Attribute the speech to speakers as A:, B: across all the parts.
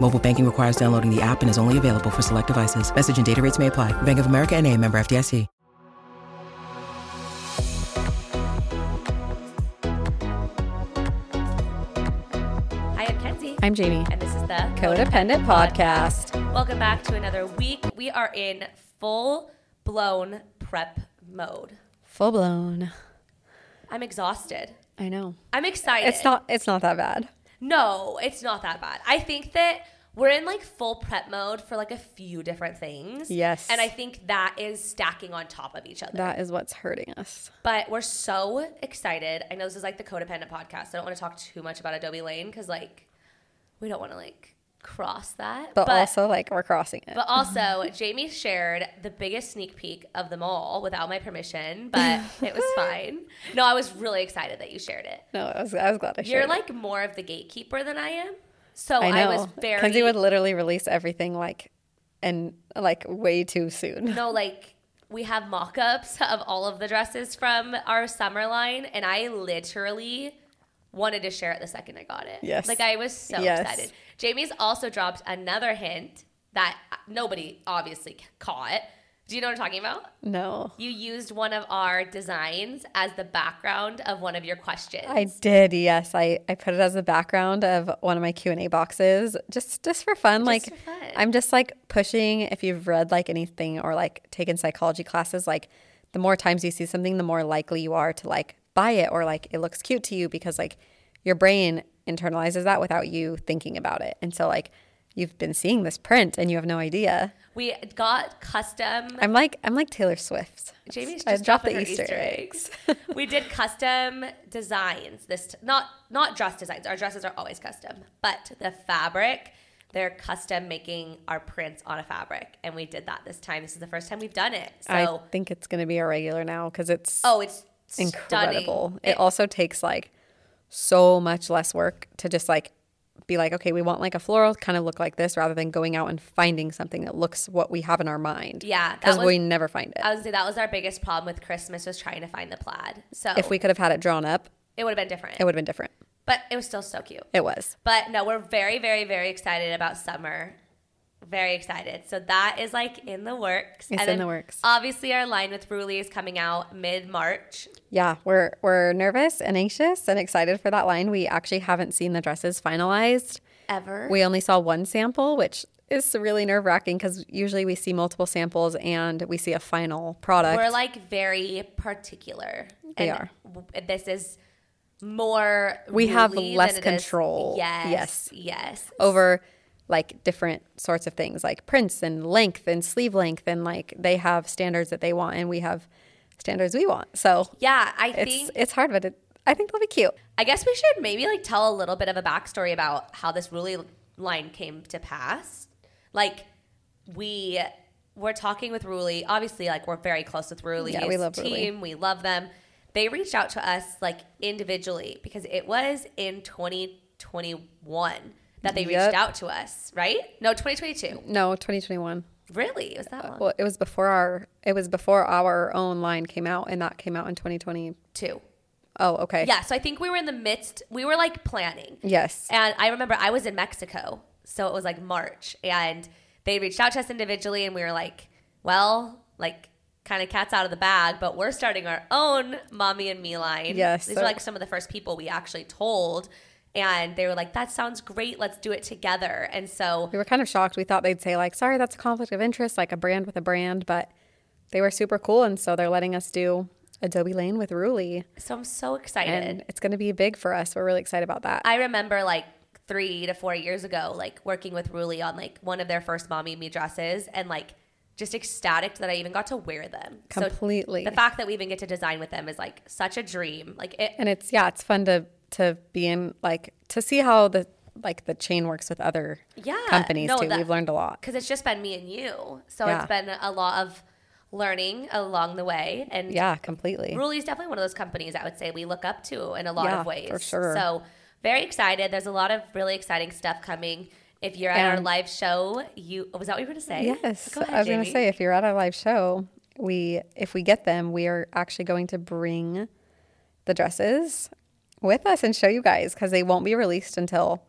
A: Mobile banking requires downloading the app and is only available for select devices. Message and data rates may apply. Bank of America and a member FDIC.
B: I am Kenzie.
C: I'm Jamie.
B: and this is the
C: Codependent Podcast.
B: Welcome back to another week. We are in full blown prep mode.
C: Full blown.
B: I'm exhausted.
C: I know.
B: I'm excited.
C: It's not it's not that bad.
B: No, it's not that bad. I think that we're in like full prep mode for like a few different things.
C: Yes.
B: And I think that is stacking on top of each other.
C: That is what's hurting us.
B: but we're so excited. I know this is like the codependent podcast. So I don't want to talk too much about Adobe Lane because like we don't want to like cross that.
C: But, also like we're crossing it.
B: But also, Jamie shared the biggest sneak peek of them all without my permission, but it was fine. No, I was really excited that you shared it.
C: no, I was, I was glad I shared.
B: You're
C: it.
B: like more of the gatekeeper than I am. So
C: I
B: I,
C: know.
B: was very
C: Kenzie would literally release everything like and like way too soon.
B: no like we have mock-ups of all of the dresses from our summer line and I literally wanted to share it the second I got it.
C: Yes.
B: Like I was so
C: Yes.
B: excited. Jamie's also dropped another hint that nobody obviously caught. Do you know what I'm talking about?
C: No.
B: You used one of our designs as the background of one of your questions.
C: I did, yes. I, I put it as the background of one of my Q and A boxes, just just for fun. like
B: for fun.
C: I'm just like pushing. If you've read like anything or like taken psychology classes, like the more times you see something, the more likely you are to like buy it or like it looks cute to you because like your brain internalizes that without you thinking about it. And so like you've been seeing this print and you have no idea.
B: we got custom.
C: I'm like I'm like Taylor Swift.
B: Jamie's
C: I
B: just
C: dropped
B: dropping
C: the
B: her
C: Easter eggs.
B: we did custom designs. This t- not not dress designs. Our dresses are always custom, but the fabric they're custom making our prints on a fabric, and we did that this time. This is the first time we've done it. So
C: I think it's gonna be our regular now because it's
B: oh, it's stunning.
C: incredible. It, also takes like so much less work to just like be like, okay, we want like a floral kind of look like this rather than going out and finding something that looks what we have in our mind.
B: Yeah, that
C: Because
B: was-
C: we never find it.
B: I would say that was our biggest problem with Christmas was trying to find the plaid. So
C: if we could have had it drawn up,
B: it would have been different,
C: it would have been different.
B: but it was still so cute.
C: It was.
B: But no, we're very, very, very excited about summer. Very excited. So that is like in the works.
C: It's in the works.
B: Obviously, our line with Bruley is coming out mid March.
C: Yeah, we're we're nervous and anxious and excited for that line. We actually haven't seen the dresses finalized.
B: Ever.
C: We only saw one sample, which is really nerve wracking because usually we see multiple samples and we see a final product.
B: We're like very particular.
C: We
B: And
C: are.
B: w- This is more.
C: We have
B: Bruley
C: less
B: than it is-
C: control.
B: Yes.
C: Yes.
B: Yes.
C: over like different sorts of things like prints and length and sleeve length and like they have standards that they want and we have standards we want so
B: Yeah, I
C: it's
B: think.
C: it's hard but it, i think they'll be cute
B: I guess we should maybe like tell a little bit of a backstory about how this Ruli line came to pass. Like we were talking with Ruli. Obviously, like we're very close with Ruli's
C: Yeah, we love Ruli.
B: team. We love them. They reached out to us like individually because it was in 2021 that they
C: Yep.
B: reached out to us, right? No, 2022.
C: no 2021
B: Really? It was that long?
C: Uh, well it was before our it was before our own line came out and that came out in 2020
B: Two.
C: oh okay
B: Yeah, so I think we were in the midst. We were like planning.
C: yes
B: And I remember I was in Mexico, so it was like March, and they reached out to us individually, and we were like, "Well, like." Kind of cats out of the bag, but we're starting our own mommy and me line.
C: Yes,
B: these
C: so-
B: are like some of the first people we actually told, and they were like, "That sounds great. Let's do it together." And so,
C: we were kind of shocked we thought they'd say like sorry that's a conflict of interest like a brand with a brand but they were super cool and so they're letting us do Adobe Lane with Ruli.
B: So I'm so excited.
C: And it's going to be big for us. We're really excited about that.
B: I remember like three to four years ago, like working with Ruli on like one of their first mommy and me dresses and like just ecstatic that I even got to wear them. So
C: Completely.
B: the fact that we even get to design with them is like such a dream. Like it
C: and it's yeah, it's fun to to be in like to see how the like the chain works with other
B: Yeah,
C: companies
B: no,
C: too.
B: that-
C: We've learned a lot.
B: because it's just been me and you. So
C: Yeah.
B: it's been a lot of learning along the way. And
C: Yeah, completely.
B: Ruli is definitely one of those companies I would say we look up to in a lot
C: Yeah,
B: of ways.
C: for sure.
B: So very excited. There's a lot of really exciting stuff coming. If you're at our
C: And-
B: live show, you oh, was that what you were going to say?
C: Yes,
B: Go ahead,
C: I was going to
B: Jamie.
C: say if you're at our live show, we if we get them, we are actually going to bring the dresses with us and show you guys because they won't be released until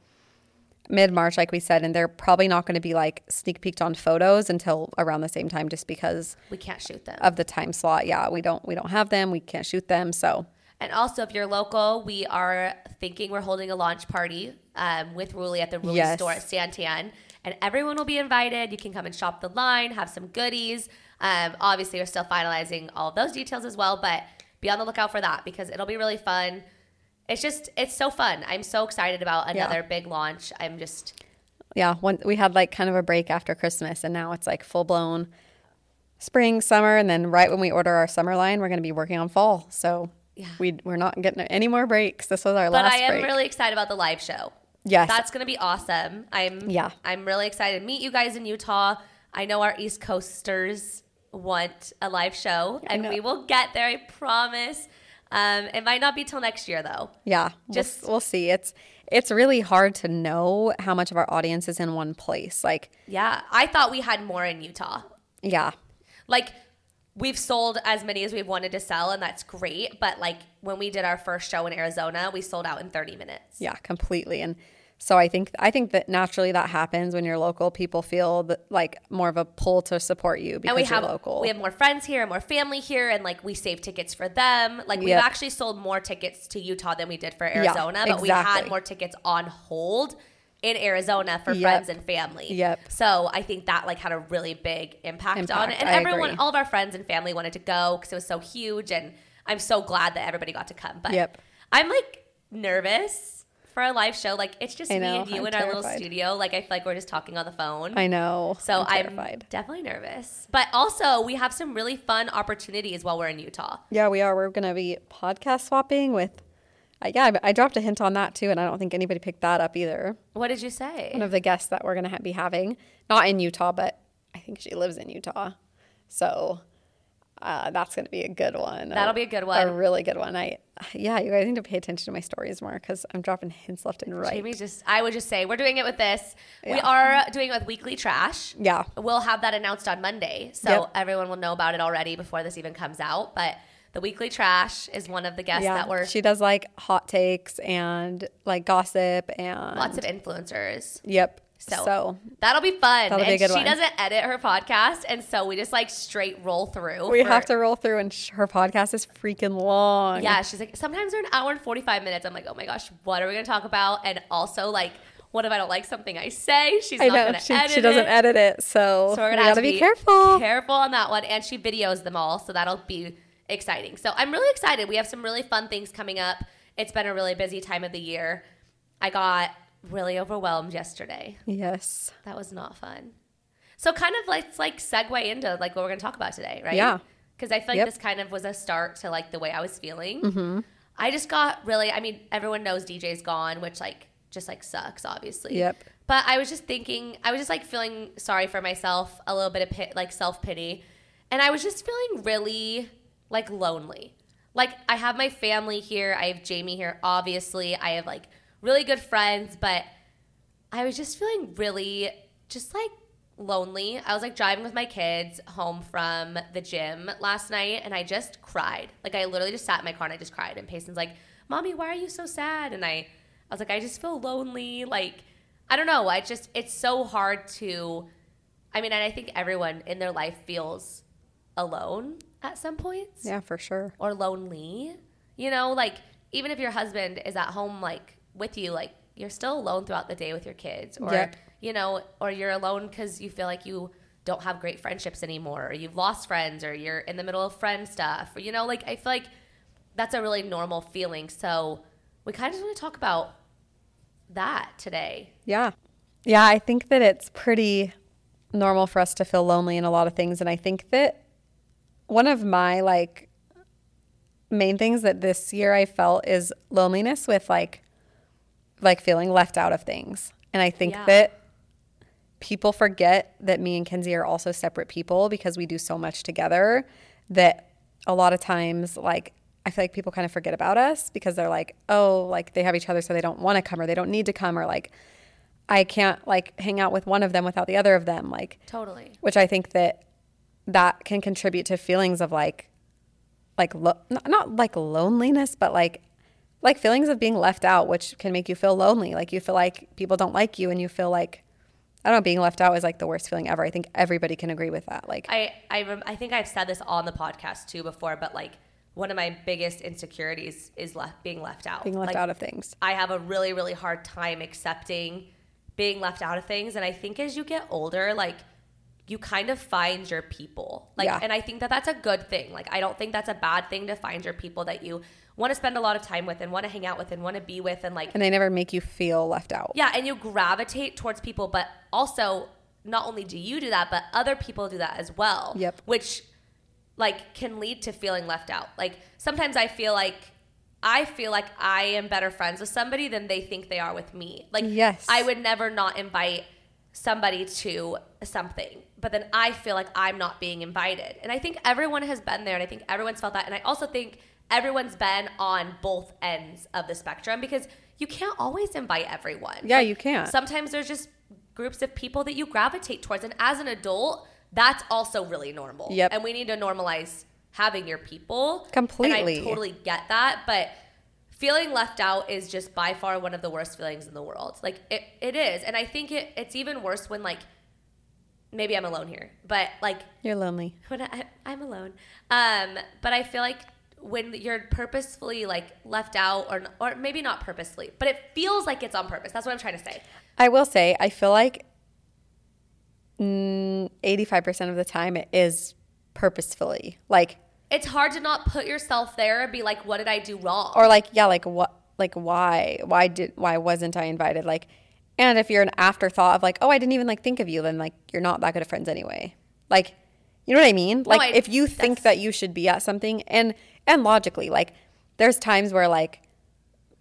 C: mid March, like we said, and they're probably not going to be like sneak peeked on photos until around the same time, just because
B: we can't shoot them.
C: of the time slot. Yeah, we don't we don't have them, we can't shoot them, so
B: And also, if you're local, we are thinking we're holding a launch party um, with Ruli at the Ruli
C: Yes.
B: store at Santan. And everyone will be invited. You can come and shop the line, have some goodies. Um, obviously, we're still finalizing all of those details as well, but be on the lookout for that because it'll be really fun. It's just, it's so fun. I'm so excited about another big launch. I'm just,
C: yeah, one, we had like kind of a break after Christmas, and now it's like full blown spring, summer, and then right when we order our summer line, we're going to be working on fall. So we we're not getting any more breaks. This was our
B: but
C: last
B: I am
C: break.
B: really excited about the live show.
C: yes,
B: That's gonna be awesome. I'm
C: Yeah.
B: I'm really excited to meet you guys in Utah. I know our East Coasters want a live show, and
C: know.
B: we will get there. I promise. Um, it might not be till next year though.
C: yeah.
B: just-
C: Just we'll, see. It's it's really hard to know how much of our audience is in one place. Like
B: Yeah, I thought we had more in Utah.
C: yeah,
B: Like we've sold as many as we've wanted to sell, and that's great. But like when we did our first show in Arizona, we sold out in 30 minutes.
C: Yeah, completely. And so I think I think that naturally that happens when you're local. People feel that, like more of a pull to support you because
B: and we have
C: you're local.
B: we have more friends here and more family here and like we save tickets for them like we've
C: Yep.
B: actually sold more tickets to utah than we did for arizona but we had
C: exactly.
B: more tickets on hold in arizona for
C: Yep.
B: friends and family
C: Yep.
B: so i think that like had a really big impact, on
C: Impact,
B: it and
C: I
B: everyone
C: agree.
B: all of our friends and family wanted to go because it was so huge and i'm so glad that everybody got to come but
C: Yep.
B: i'm like nervous for a live show like it's just
C: I
B: me
C: know,
B: and you
C: I'm
B: in our little
C: terrified.
B: studio like i feel like we're just talking on the phone
C: I know.
B: so I'm,
C: terrified.
B: definitely nervous. But also, we have some really fun opportunities while we're in Utah.
C: yeah, we are. We're gonna be podcast swapping with. Uh, yeah, I, I dropped a hint on that too, and I don't think anybody picked that up either.
B: What did you say?
C: One of the guests that we're gonna ha- be having, not in Utah, but I think she lives in Utah, so. Uh, that's going to be a good one.
B: That'll be a good one.
C: A really good one. I, yeah, you guys need to pay attention to my stories more because I'm dropping hints left and right.
B: Jamie's just, I would just say, we're doing it with this. We are doing it with weekly trash.
C: Yeah.
B: We'll have that announced on Monday. So
C: Yep.
B: everyone will know about it already before this even comes out. But the weekly trash is one of the guests that were
C: she does like hot takes and like gossip and
B: lots of influencers.
C: yep.
B: So,
C: So,
B: that'll be fun.
C: That'll be
B: and
C: a good
B: she
C: one.
B: doesn't edit her podcast. And so we just like straight roll through.
C: we
B: for-
C: have to roll through, and sh- her podcast is freaking long.
B: Yeah, she's like, sometimes they're an hour and 45 minutes. I'm like, oh my gosh, what are we going to talk about? And also, like, what if I don't like something I say? She's
C: I
B: not
C: know
B: going to
C: she,
B: edit
C: she doesn't
B: it.
C: edit it, so,
B: So we're
C: we
B: going to have
C: gotta
B: to
C: be, careful.
B: Careful on that one. And she videos them all. So that'll be exciting. So I'm really excited. We have some really fun things coming up. It's been a really busy time of the year. I got really overwhelmed yesterday.
C: yes,
B: That was not fun. So kind of let's like segue into like what we're gonna talk about today, right?
C: Yeah.
B: Because I feel like
C: Yep.
B: this kind of was a start to like the way I was feeling. Mm-hmm. I just got really. I mean, everyone knows DJ's gone, which like just like sucks, obviously.
C: Yep.
B: But I was just thinking, I was just like feeling sorry for myself, a little bit of pit, like self pity, and I was just feeling really like lonely. Like I have my family here, I have Jamie here, obviously, I have like really good friends, but I was just feeling really just like lonely. I was like driving with my kids home from the gym last night and I just cried. Like I literally just sat in my car and I just cried. And Payson's like, Mommy, why are you so sad? And I I was like, I just feel lonely. Like, I don't know. I just it's so hard to I mean, and I think everyone in their life feels alone at some points
C: yeah, for sure.
B: or lonely. You know, like even if your husband is at home like with you, like you're still alone throughout the day with your kids or
C: Yep.
B: you know, or you're alone cuz you feel like you don't have great friendships anymore or you've lost friends or you're in the middle of friend stuff or you know like i feel like that's a really normal feeling so we kind of just want to talk about that today
C: Yeah. Yeah, I think that it's pretty normal for us to feel lonely in a lot of things. And I think that one of my like main things that this year I felt is loneliness with like like feeling left out of things. And I think
B: Yeah.
C: that people forget that me and Kenzie are also separate people because we do so much together that a lot of times like I feel like people kind of forget about us because they're like, oh, like they have each other so they don't want to come or they don't need to come or like I can't like hang out with one of them without the other of them like
B: totally
C: which I think that that can contribute to feelings of like like lo- not, not like loneliness but like like feelings of being left out which can make you feel lonely like you feel like people don't like you and you feel like I don't know being left out is like the worst feeling ever I think everybody can agree with that like
B: I I, rem- I think I've said this on the podcast too before, but like one of my biggest insecurities is left being left out.
C: being left
B: Like,
C: out of things
B: I have a really really hard time accepting being left out of things, and I think as you get older, like you kind of find your people. Like,
C: Yeah.
B: and I think that that's a good thing. Like, I don't think that's a bad thing to find your people that you want to spend a lot of time with and want to hang out with and want to be with and like
C: and they never make you feel left out
B: yeah, and you gravitate towards people, but also not only do you do that, but other people do that as well.
C: Yep.
B: Which like can lead to feeling left out. Like sometimes I feel like I feel like I am better friends with somebody than they think they are with me. Like
C: Yes.
B: I would never not invite somebody to something, but then I feel like I'm not being invited. And I think everyone has been there and I think everyone's felt that and I also think everyone's been on both ends of the spectrum because you can't always invite everyone.
C: Yeah, you can't.
B: Sometimes there's just groups of people that you gravitate towards and as an adult, that's also really normal.
C: Yep.
B: And we need to normalize having your people.
C: Completely.
B: And I totally get that. But feeling left out is just by far one of the worst feelings in the world. Like it, it is. And I think it, it's even worse when like maybe I'm alone here, but like
C: you're lonely
B: when I, I'm alone. Um, but I feel like when you're purposefully like left out or or maybe not purposefully, but it feels like it's on purpose. That's what I'm trying to say.
C: I will say, I feel like mm, 85% of the time it is purposefully. Like,
B: It's hard to not put yourself there and be like, what did I do wrong?
C: or like, yeah, like what, like why, why did, why wasn't I invited? Like, and if you're an afterthought of like, oh, I didn't even like think of you, then like you're not that good of friends anyway. Like, you know what I mean? Like,
B: I-
C: if you think that you should be at something, and and logically, like, there's times where like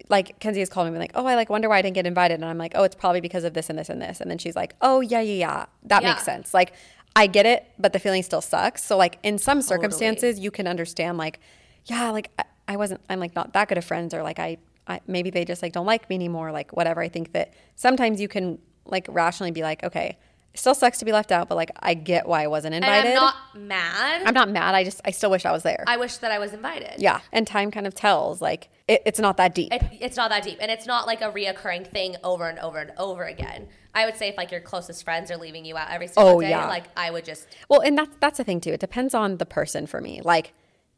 C: like Kenzie has called me and been like, oh, I like wonder why I didn't get invited. And I'm like, oh, it's probably because of this and this and this. And then she's like, oh, yeah, yeah, yeah. That
B: Yeah.
C: makes sense. Like, I get it, but the feeling still sucks. So, like, in some circumstances, you can understand, like, yeah, like I, I wasn't, I'm like not that good of friends, or like I, I, maybe they just like don't like me anymore, like whatever. I think that sometimes you can like rationally be like, okay, it still sucks to be left out, but like I get why I wasn't
B: and
C: invited.
B: I'm not mad.
C: I'm not mad. I just, I still wish I was there.
B: I wish that I was invited.
C: yeah. And time kind of tells, like, it, it's not that deep.
B: It, it's not that deep, and it's not like a reoccurring thing over and over and over again. I would say if like your closest friends are leaving you out every single
C: Oh,
B: day,
C: yeah.
B: like I would just
C: Well, and that's that's the thing too. It depends on the person for me. Like,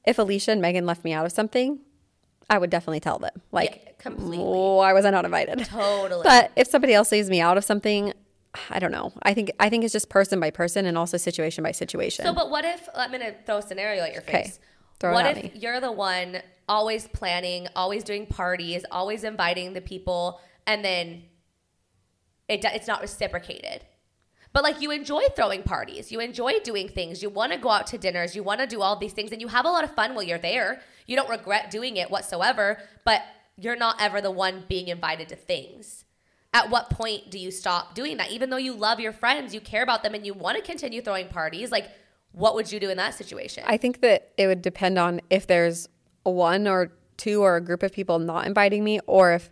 C: if Alicia and Megan left me out of something, I would definitely tell them. Like,
B: Yeah, completely.
C: why was Oh, I not invited?
B: Totally.
C: But if somebody else leaves me out of something, I don't know. I think I think it's just person by person and also situation by situation.
B: So, but what if I'm gonna throw a scenario at your
C: Okay.
B: face?
C: Throw it
B: what
C: at
B: if
C: me.
B: you're the one always planning, always doing parties, always inviting the people, and then it do- it's not reciprocated? But like you enjoy throwing parties, you enjoy doing things, you want to go out to dinners, you want to do all these things, and you have a lot of fun while you're there. You don't regret doing it whatsoever, but you're not ever the one being invited to things. At what point do you stop doing that? Even though you love your friends, you care about them, and you want to continue throwing parties, like what would you do in that situation?
C: I think that it would depend on if there's one or two or a group of people not inviting me, or if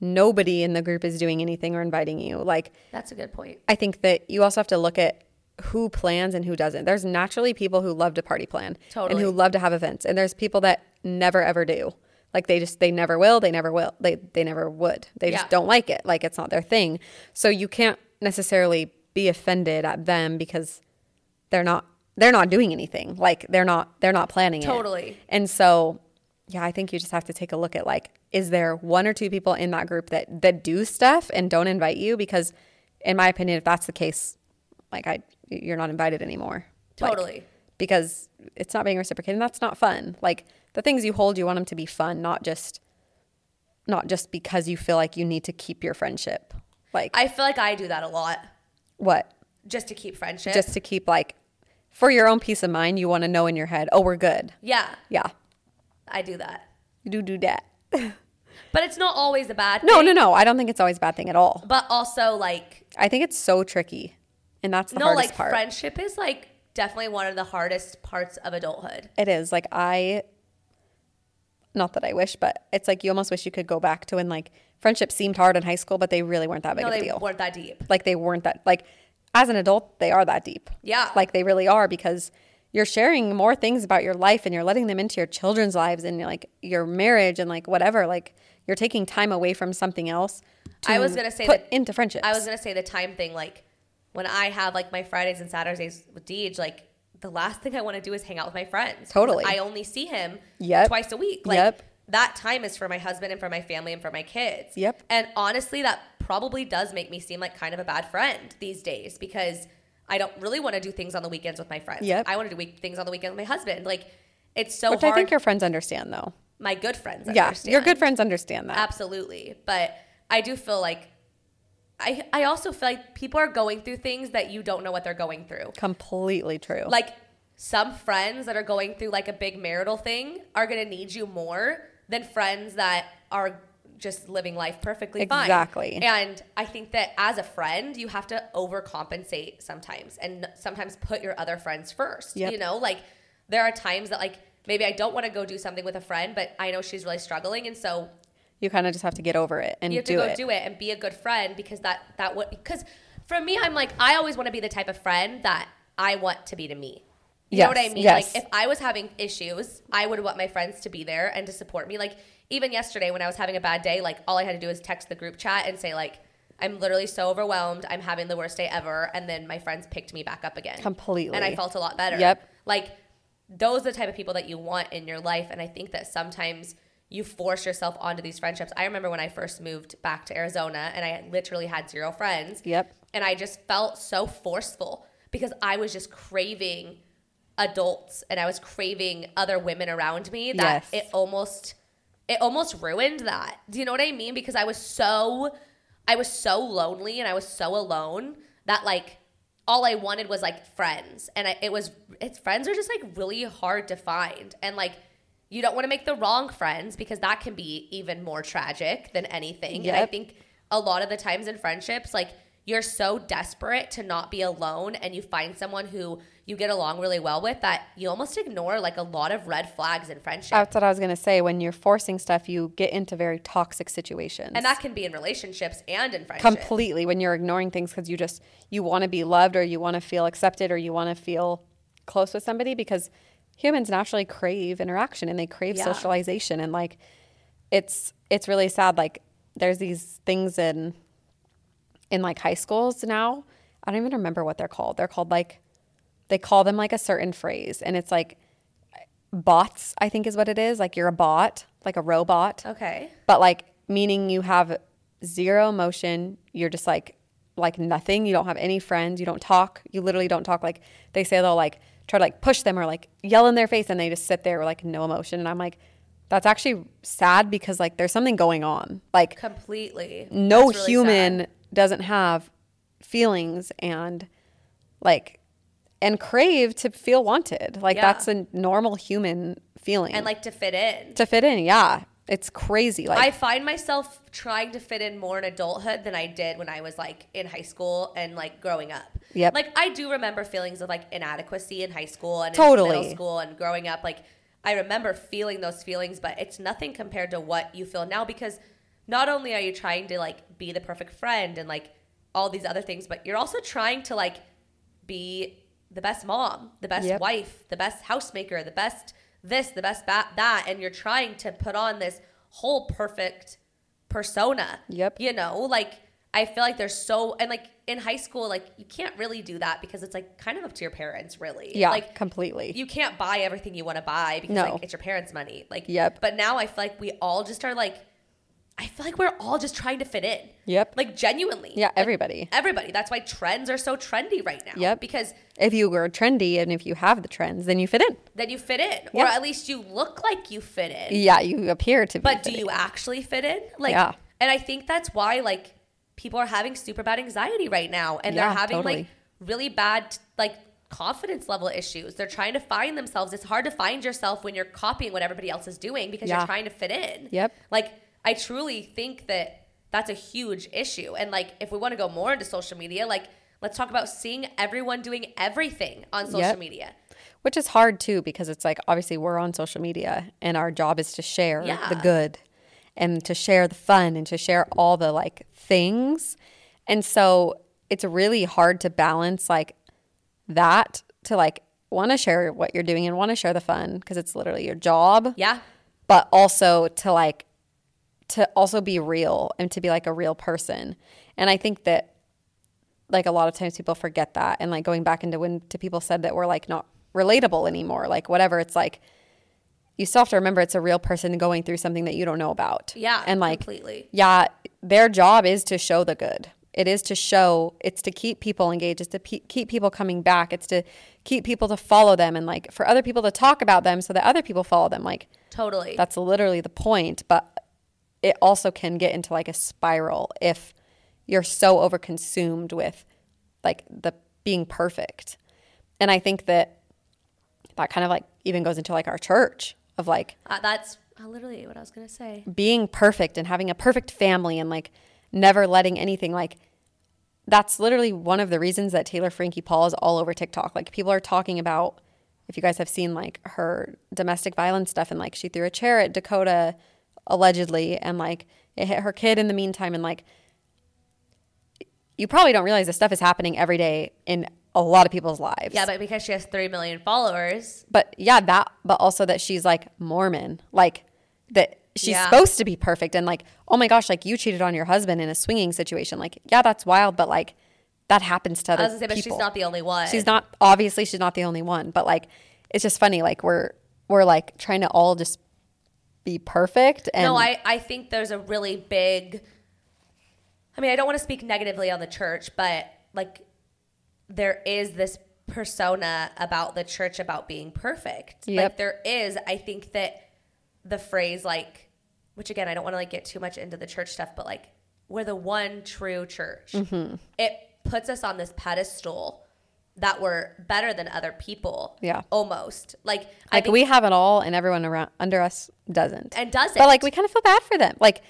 C: nobody in the group is doing anything or inviting you. Like,
B: That's a good point.
C: I think that you also have to look at who plans and who doesn't. There's naturally people who love to party plan
B: Totally.
C: and who love to have events, and there's people that never ever do. Like they just they never will, they never will, they they never would. They
B: Yeah.
C: just don't like it. Like it's not their thing. So you can't necessarily be offended at them because they're not they're not doing anything. Like they're not they're not planning it.
B: Totally.
C: And so yeah, I think you just have to take a look at like is there one or two people in that group that that do stuff and don't invite you because in my opinion if that's the case like I you're not invited anymore. Like,
B: Totally.
C: because it's not being reciprocated and that's not fun. Like the things you hold, you want them to be fun, not just not just because you feel like you need to keep your friendship. Like
B: I feel like I do that a lot
C: what?
B: just to keep friendship.
C: Just to keep like for your own peace of mind, you want to know in your head, oh, we're good.
B: yeah,
C: Yeah.
B: I do that.
C: You do do that.
B: But it's not always a bad
C: No,
B: thing,
C: no, no. I don't think it's always a bad thing at all.
B: But also like
C: I think it's so tricky. And that's the
B: no,
C: hardest
B: like
C: part.
B: friendship is like definitely one of the hardest parts of adulthood.
C: It is like I, not that I wish, but it's like you almost wish you could go back to when like friendships seemed hard in high school, but they really weren't that big
B: No,
C: of a
B: they
C: deal.
B: weren't that deep.
C: Like they weren't that like as an adult they are that deep.
B: Yeah.
C: like they really are because you're sharing more things about your life and you're letting them into your children's lives and like your marriage and like whatever. Like you're taking time away from something else. To
B: I was gonna say
C: put
B: that-
C: into friendships.
B: I was gonna say the time thing, like when I have like my Fridays and Saturdays with Deej, like the last thing I want to do is hang out with my friends. 'Cause
C: Totally.
B: I only see him
C: Yep.
B: twice a week. Like
C: Yep.
B: that time is for my husband and for my family and for my kids.
C: Yep.
B: And honestly, that probably does make me seem like kind of a bad friend these days because I don't really want to do things on the weekends with my friends.
C: Yep.
B: I want to do week- things on the weekend with my husband. Like it's so
C: which
B: hard.
C: I think your friends understand though.
B: my good friends
C: Yeah,
B: understand.
C: your good friends understand that.
B: Absolutely. But I do feel like I I also feel like people are going through things that you don't know what they're going through.
C: Completely true.
B: Like some friends that are going through like a big marital thing are going to need you more than friends that are just living life perfectly fine.
C: Exactly.
B: And I think that as a friend, you have to overcompensate sometimes and sometimes put your other friends first.
C: Yep.
B: You know, like there are times that like maybe I don't want to go do something with a friend, but I know she's really struggling and so
C: you kind of just have to get over it and
B: you have
C: do
B: to go
C: it.
B: do it and be a good friend because that that would because for me i'm like i always want to be the type of friend that i want to be to me you know what i
C: Yes,
B: mean
C: yes.
B: like if i was having issues i would want my friends to be there and to support me like even yesterday when i was having a bad day like all i had to do is text the group chat and say like i'm literally so overwhelmed i'm having the worst day ever and then my friends picked me back up again
C: Completely.
B: and i felt a lot better
C: Yep.
B: like those are the type of people that you want in your life and i think that sometimes you force yourself onto these friendships i remember when i first moved back to arizona and i literally had zero friends
C: Yep.
B: and i just felt so forceful because i was just craving adults and i was craving other women around me that
C: Yes.
B: it almost it almost ruined that do you know what i mean because i was so i was so lonely and i was so alone that like all i wanted was like friends and I, it was it's friends are just like really hard to find and like you don't want to make the wrong friends because that can be even more tragic than anything and i
C: Yep.
B: think a lot of the times in friendships like you're so desperate to not be alone and you find someone who you get along really well with that you almost ignore like a lot of red flags in friendship
C: That's what I was gonna say. When you're forcing stuff, you get into very toxic situations.
B: and that can be in relationships and in friendships
C: completely when you're ignoring things because you just you want to be loved or you want to feel accepted or you want to feel close with somebody because humans naturally crave interaction and they crave
B: Yeah.
C: socialization and like it's it's really sad like there's these things in in like high schools now i don't even remember what they're called they're called like they call them like a certain phrase and it's like bots i think is what it is like you're a bot like a robot
B: okay
C: but like meaning you have zero emotion you're just like like nothing you don't have any friends you don't talk you literally don't talk like they say they'll like try to like push them or like yell in their face and they just sit there with like no emotion and i'm like that's actually sad because like there's something going on like
B: completely
C: no
B: That's really
C: human
B: sad.
C: doesn't have feelings and like and crave to feel wanted like
B: Yeah.
C: that's a normal human feeling
B: and like to fit in
C: to fit in yeah it's crazy like
B: I find myself trying to fit in more in adulthood than I did when I was like in high school and like growing up.
C: Yep.
B: Like I do remember feelings of like inadequacy in high school and in
C: Totally.
B: middle school and growing up. Like I remember feeling those feelings, but it's nothing compared to what you feel now because not only are you trying to like be the perfect friend and like all these other things, but you're also trying to like be the best mom, the best
C: Yep.
B: wife, the best housemaker, the best this, the best that, that, and you're trying to put on this whole perfect persona.
C: Yep.
B: You know, like I feel like there's so and like in high school, like you can't really do that because it's like kind of up to your parents, really.
C: Yeah,
B: Like
C: completely.
B: you can't buy everything you want to buy because
C: No.
B: like it's your parents' money. Like
C: Yep.
B: But now I feel like we all just are like I feel like we're all just trying to fit in.
C: Yep.
B: Like genuinely.
C: Yeah,
B: Like,
C: everybody.
B: everybody. That's why trends are so trendy right now.
C: Yep.
B: Because
C: If you were trendy and if you have the trends, then you fit in.
B: then you fit in, or
C: Yeah.
B: at least you look like you fit in.
C: Yeah, you appear to be.
B: But do
C: fitting.
B: you actually fit in? Like,
C: Yeah.
B: and I think that's why like people are having super bad anxiety right now, and
C: Yeah,
B: they're having like
C: totally.
B: really bad like confidence level issues. They're trying to find themselves. It's hard to find yourself when you're copying what everybody else is doing because
C: Yeah.
B: you're trying to fit in.
C: Yep.
B: Like, I truly think that that's a huge issue, and like if we want to go more into social media, like. Let's talk about seeing everyone doing everything on social
C: Yep.
B: media.
C: Which is hard too, because it's like obviously we're on social media and our job is to share
B: Yeah.
C: the good and to share the fun and to share all the like things. And so it's really hard to balance like that to like want to share what you're doing and want to share the fun because it's literally your job.
B: Yeah.
C: But also to like to also be real and to be like a real person. And I think that like a lot of times people forget that and like going back into when to people said that we're like not relatable anymore, like whatever, it's like you still have to remember it's a real person going through something that you don't know about.
B: Yeah.
C: And like
B: completely.
C: yeah, their job is to show the good. It is to show, it's to keep people engaged, it's to pe- keep people coming back, it's to keep people to follow them and like for other people to talk about them so that other people follow them. Like
B: Totally.
C: that's literally the point, but it also can get into like a spiral if you're so overconsumed with like the being perfect. And I think that that kind of like even goes into like our church of like
B: Uh, that's uh, literally what I was going to say.
C: being perfect and having a perfect family and like never letting anything like that's literally one of the reasons that Taylor Frankie Paul is all over TikTok. Like people are talking about if you guys have seen like her domestic violence stuff and like she threw a chair at Dakota allegedly and like it hit her kid in the meantime and like you probably don't realize this stuff is happening every day in a lot of people's lives.
B: Yeah, but because she has 3 million followers,
C: But yeah, that, but also that she's like Mormon, like that she's
B: Yeah.
C: supposed to be perfect. And like, oh my gosh, like you cheated on your husband in a swinging situation. Like, yeah, that's wild, but like that happens to other
B: I was going to say,
C: people.
B: but she's not the only one.
C: She's not, obviously, she's not the only one, but like, it's just funny. Like, we're, we're like trying to all just be perfect. And
B: no, I, I think there's a really big. I mean, I don't want to speak negatively on the church, but like there is this persona about the church about being perfect. Like
C: Yep.
B: there is, I think that the phrase like which again, I don't want to like get too much into the church stuff, but like we're the one true church.
C: Mm-hmm.
B: It puts us on this pedestal that we're better than other people.
C: Yeah.
B: Almost. Like, I
C: like
B: think
C: we have it all and everyone around under us doesn't.
B: And doesn't.
C: But like, we kind of feel bad for them. Like,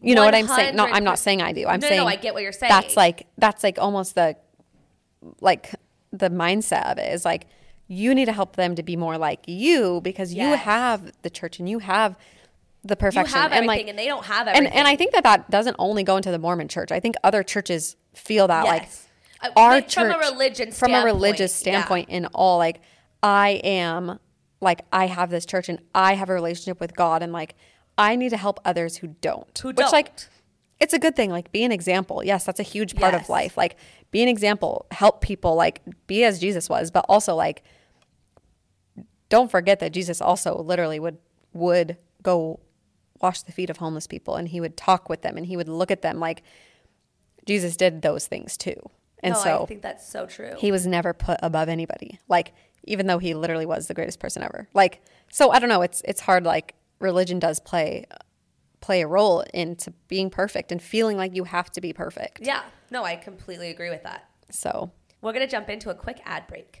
C: you know what I'm saying? No, I'm not
B: 100%.
C: saying I do. I'm
B: No, no,
C: saying
B: I get what you're saying.
C: That's like that's like almost the like the mindset of it is like you need to help them to be more like you because you
B: Yes.
C: have the church and you have the
B: you
C: perfection
B: have everything
C: and
B: and,
C: like
B: they don't have everything.
C: and and I think that that doesn't only go into the Mormon church. I think other churches feel that
B: Yes. Uh,
C: like our
B: like, from a
C: church-
B: religion
C: from a religious
B: standpoint,
C: standpoint in all like I am like I have this church and I have a relationship with God and like I need to help others who don't.
B: Who
C: Which like
B: don't.
C: it's a good thing like be an example. Yes, that's a huge part
B: Yes.
C: of life. Like be an example, help people like be as Jesus was, but also like don't forget that Jesus also literally would would go wash the feet of homeless people and he would talk with them and he would look at them like Jesus did those things too. And
B: no,
C: so
B: I think that's so true.
C: he was never put above anybody. Like even though he literally was the greatest person ever. Like so I don't know, it's it's hard like religion does play play a role into being perfect and feeling like you have to be perfect.
B: yeah. No, I completely agree with that.
C: So
B: We're going to jump into a quick ad break.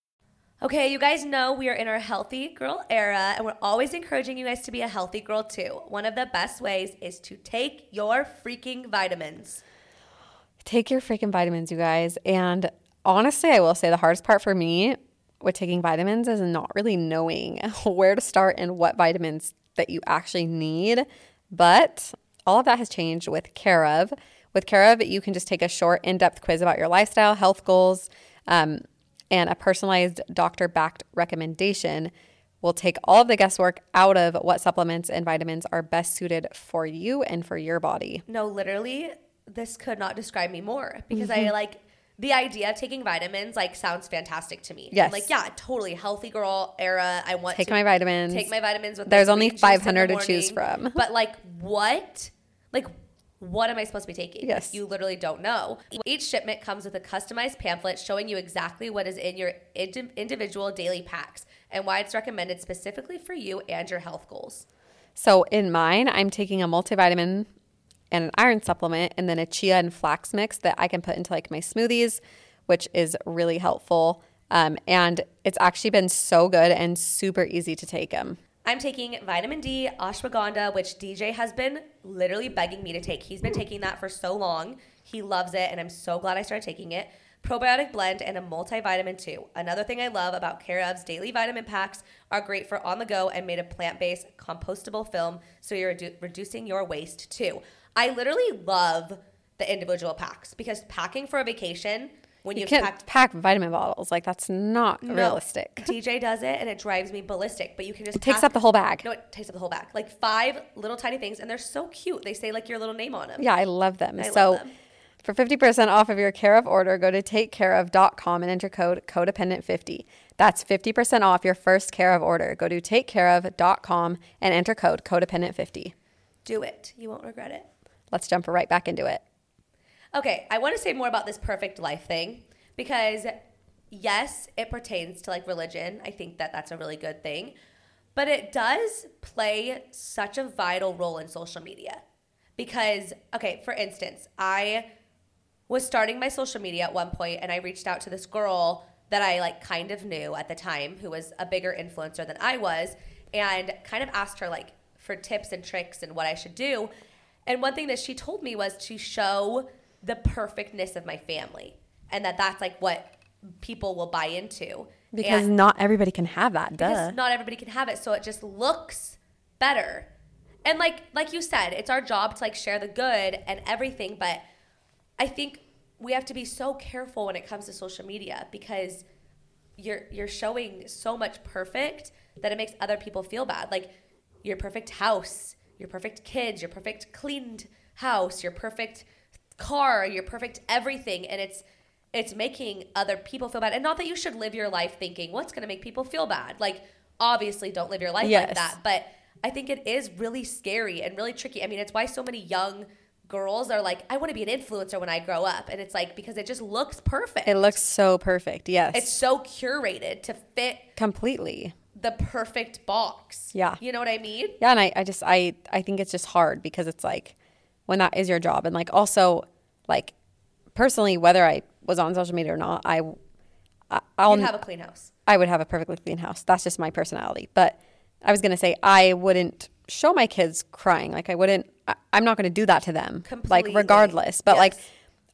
B: Okay, you guys know we are in our healthy girl era, and we're always encouraging you guys to be a healthy girl too. One of the best ways is to take your freaking vitamins.
C: take your freaking vitamins, you guys. And honestly, I will say the hardest part for me with taking vitamins is not really knowing where to start and what vitamins that you actually need. But all of that has changed with Care of. With Care of, you can just take a short, in depth quiz about your lifestyle, health goals, um, and a personalized doctor backed recommendation will take all of the guesswork out of what supplements and vitamins are best suited for you and for your body.
B: No, literally, this could not describe me more because
C: Mm-hmm.
B: I like the idea of taking vitamins. Like, sounds fantastic to me. I'm
C: Yes.
B: like, yeah, totally healthy girl era. I want
C: Take
B: to
C: my vitamins.
B: Take my vitamins. With
C: There's
B: my
C: only
B: green juice in the
C: 500 to choose
B: morning.
C: from.
B: But like, what? Like. What am I supposed to be taking?
C: Yes.
B: You literally don't know. Each shipment comes with a customized pamphlet showing you exactly what is in your indi- individual daily packs and why it's recommended specifically for you and your health goals.
C: So in mine, I'm taking a multivitamin and an iron supplement, and then a chia and flax mix that I can put into like my smoothies, which is really helpful. Um, and it's actually been so good and super easy to take them.
B: I'm taking vitamin D, ashwagandha, which DJ has been literally begging me to take. He's been taking that for so long. He loves it, and I'm so glad I started taking it. Probiotic blend and a multivitamin too. Another thing I love about Care of's daily vitamin packs are great for on the go and made of plant based compostable film, so you're redu- reducing your waste too. I literally love the individual packs because packing for a vacation when
C: You
B: you've
C: can't
B: packed
C: pack vitamin bottles. Like that's not
B: no.
C: realistic.
B: DJ does it and it drives me ballistic. But you can just
C: It takes
B: pack-
C: up the whole bag.
B: No, it takes up the whole bag. Like five little tiny things, and they're so cute. They say like your little name on them.
C: Yeah, I love them.
B: I love
C: so
B: them.
C: for 50% off of your care of order, go to takecareof.com and enter code codependent50. That's 50% off your first care of order. Go to takecareof.com and enter code codependent50.
B: Do it. You won't regret it.
C: Let's jump right back into it.
B: Okay, I want to say more about this perfect life thing because yes, it pertains to like religion. I think that that's a really good thing. But it does play such a vital role in social media. Because okay, for instance, I was starting my social media at one point and I reached out to this girl that I like kind of knew at the time who was a bigger influencer than I was and kind of asked her like for tips and tricks and what I should do. And one thing that she told me was to show the perfectness of my family and that that's like what people will buy into
C: Because
B: And-
C: not everybody can have that. Duh.
B: because not everybody can have it so it just looks better and like like you said it's our job to like share the good and everything but i think we have to be so careful when it comes to social media because you're you're showing so much perfect that it makes other people feel bad like your perfect house your perfect kids your perfect cleaned house your perfect car your perfect everything and it's it's making other people feel bad and not that you should live your life thinking what's going to make people feel bad like obviously don't live your life
C: Yes.
B: like that but i think it is really scary and really tricky i mean it's why so many young girls are like i want to be an influencer when i grow up and it's like because it just looks perfect
C: It looks so perfect. Yes.
B: it's so curated to fit
C: completely.
B: the perfect box.
C: Yeah.
B: You know what I mean?
C: Yeah, and I, I just I I think it's just hard because it's like when that is your job and like also like personally whether I was on social media or not, I I- I'll
B: You have a clean house.
C: I would have a perfectly clean house. That's just my personality. But I was going to say I wouldn't show my kids crying. Like I wouldn't I, I'm not going to do that to them.
B: Completely.
C: Like regardless. But like
B: Yes.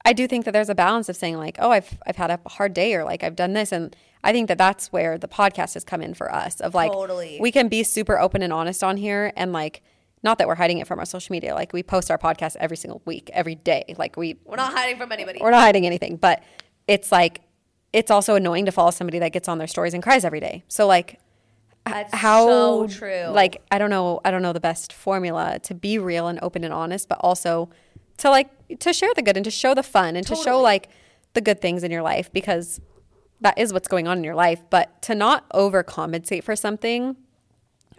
C: I do think that there's a balance of saying like, "Oh, I've I've had a hard day or like I've done this." And I think that that's where the podcast has come in for us of like
B: Totally.
C: we can be super open and honest on here and like not that we're hiding it from our social media. Like we post our podcast every single week, every day. Like we
B: We're not hiding from anybody.
C: we're not hiding anything, but it's like it's also annoying to follow somebody that gets on their stories and cries every day. So like
B: That's
C: how
B: so true.
C: Like I don't know, I don't know the best formula to be real and open and honest, but also to like to share the good and to show the fun and to show
B: Totally.
C: like the good things in your life because that is what's going on in your life, but to not overcompensate for something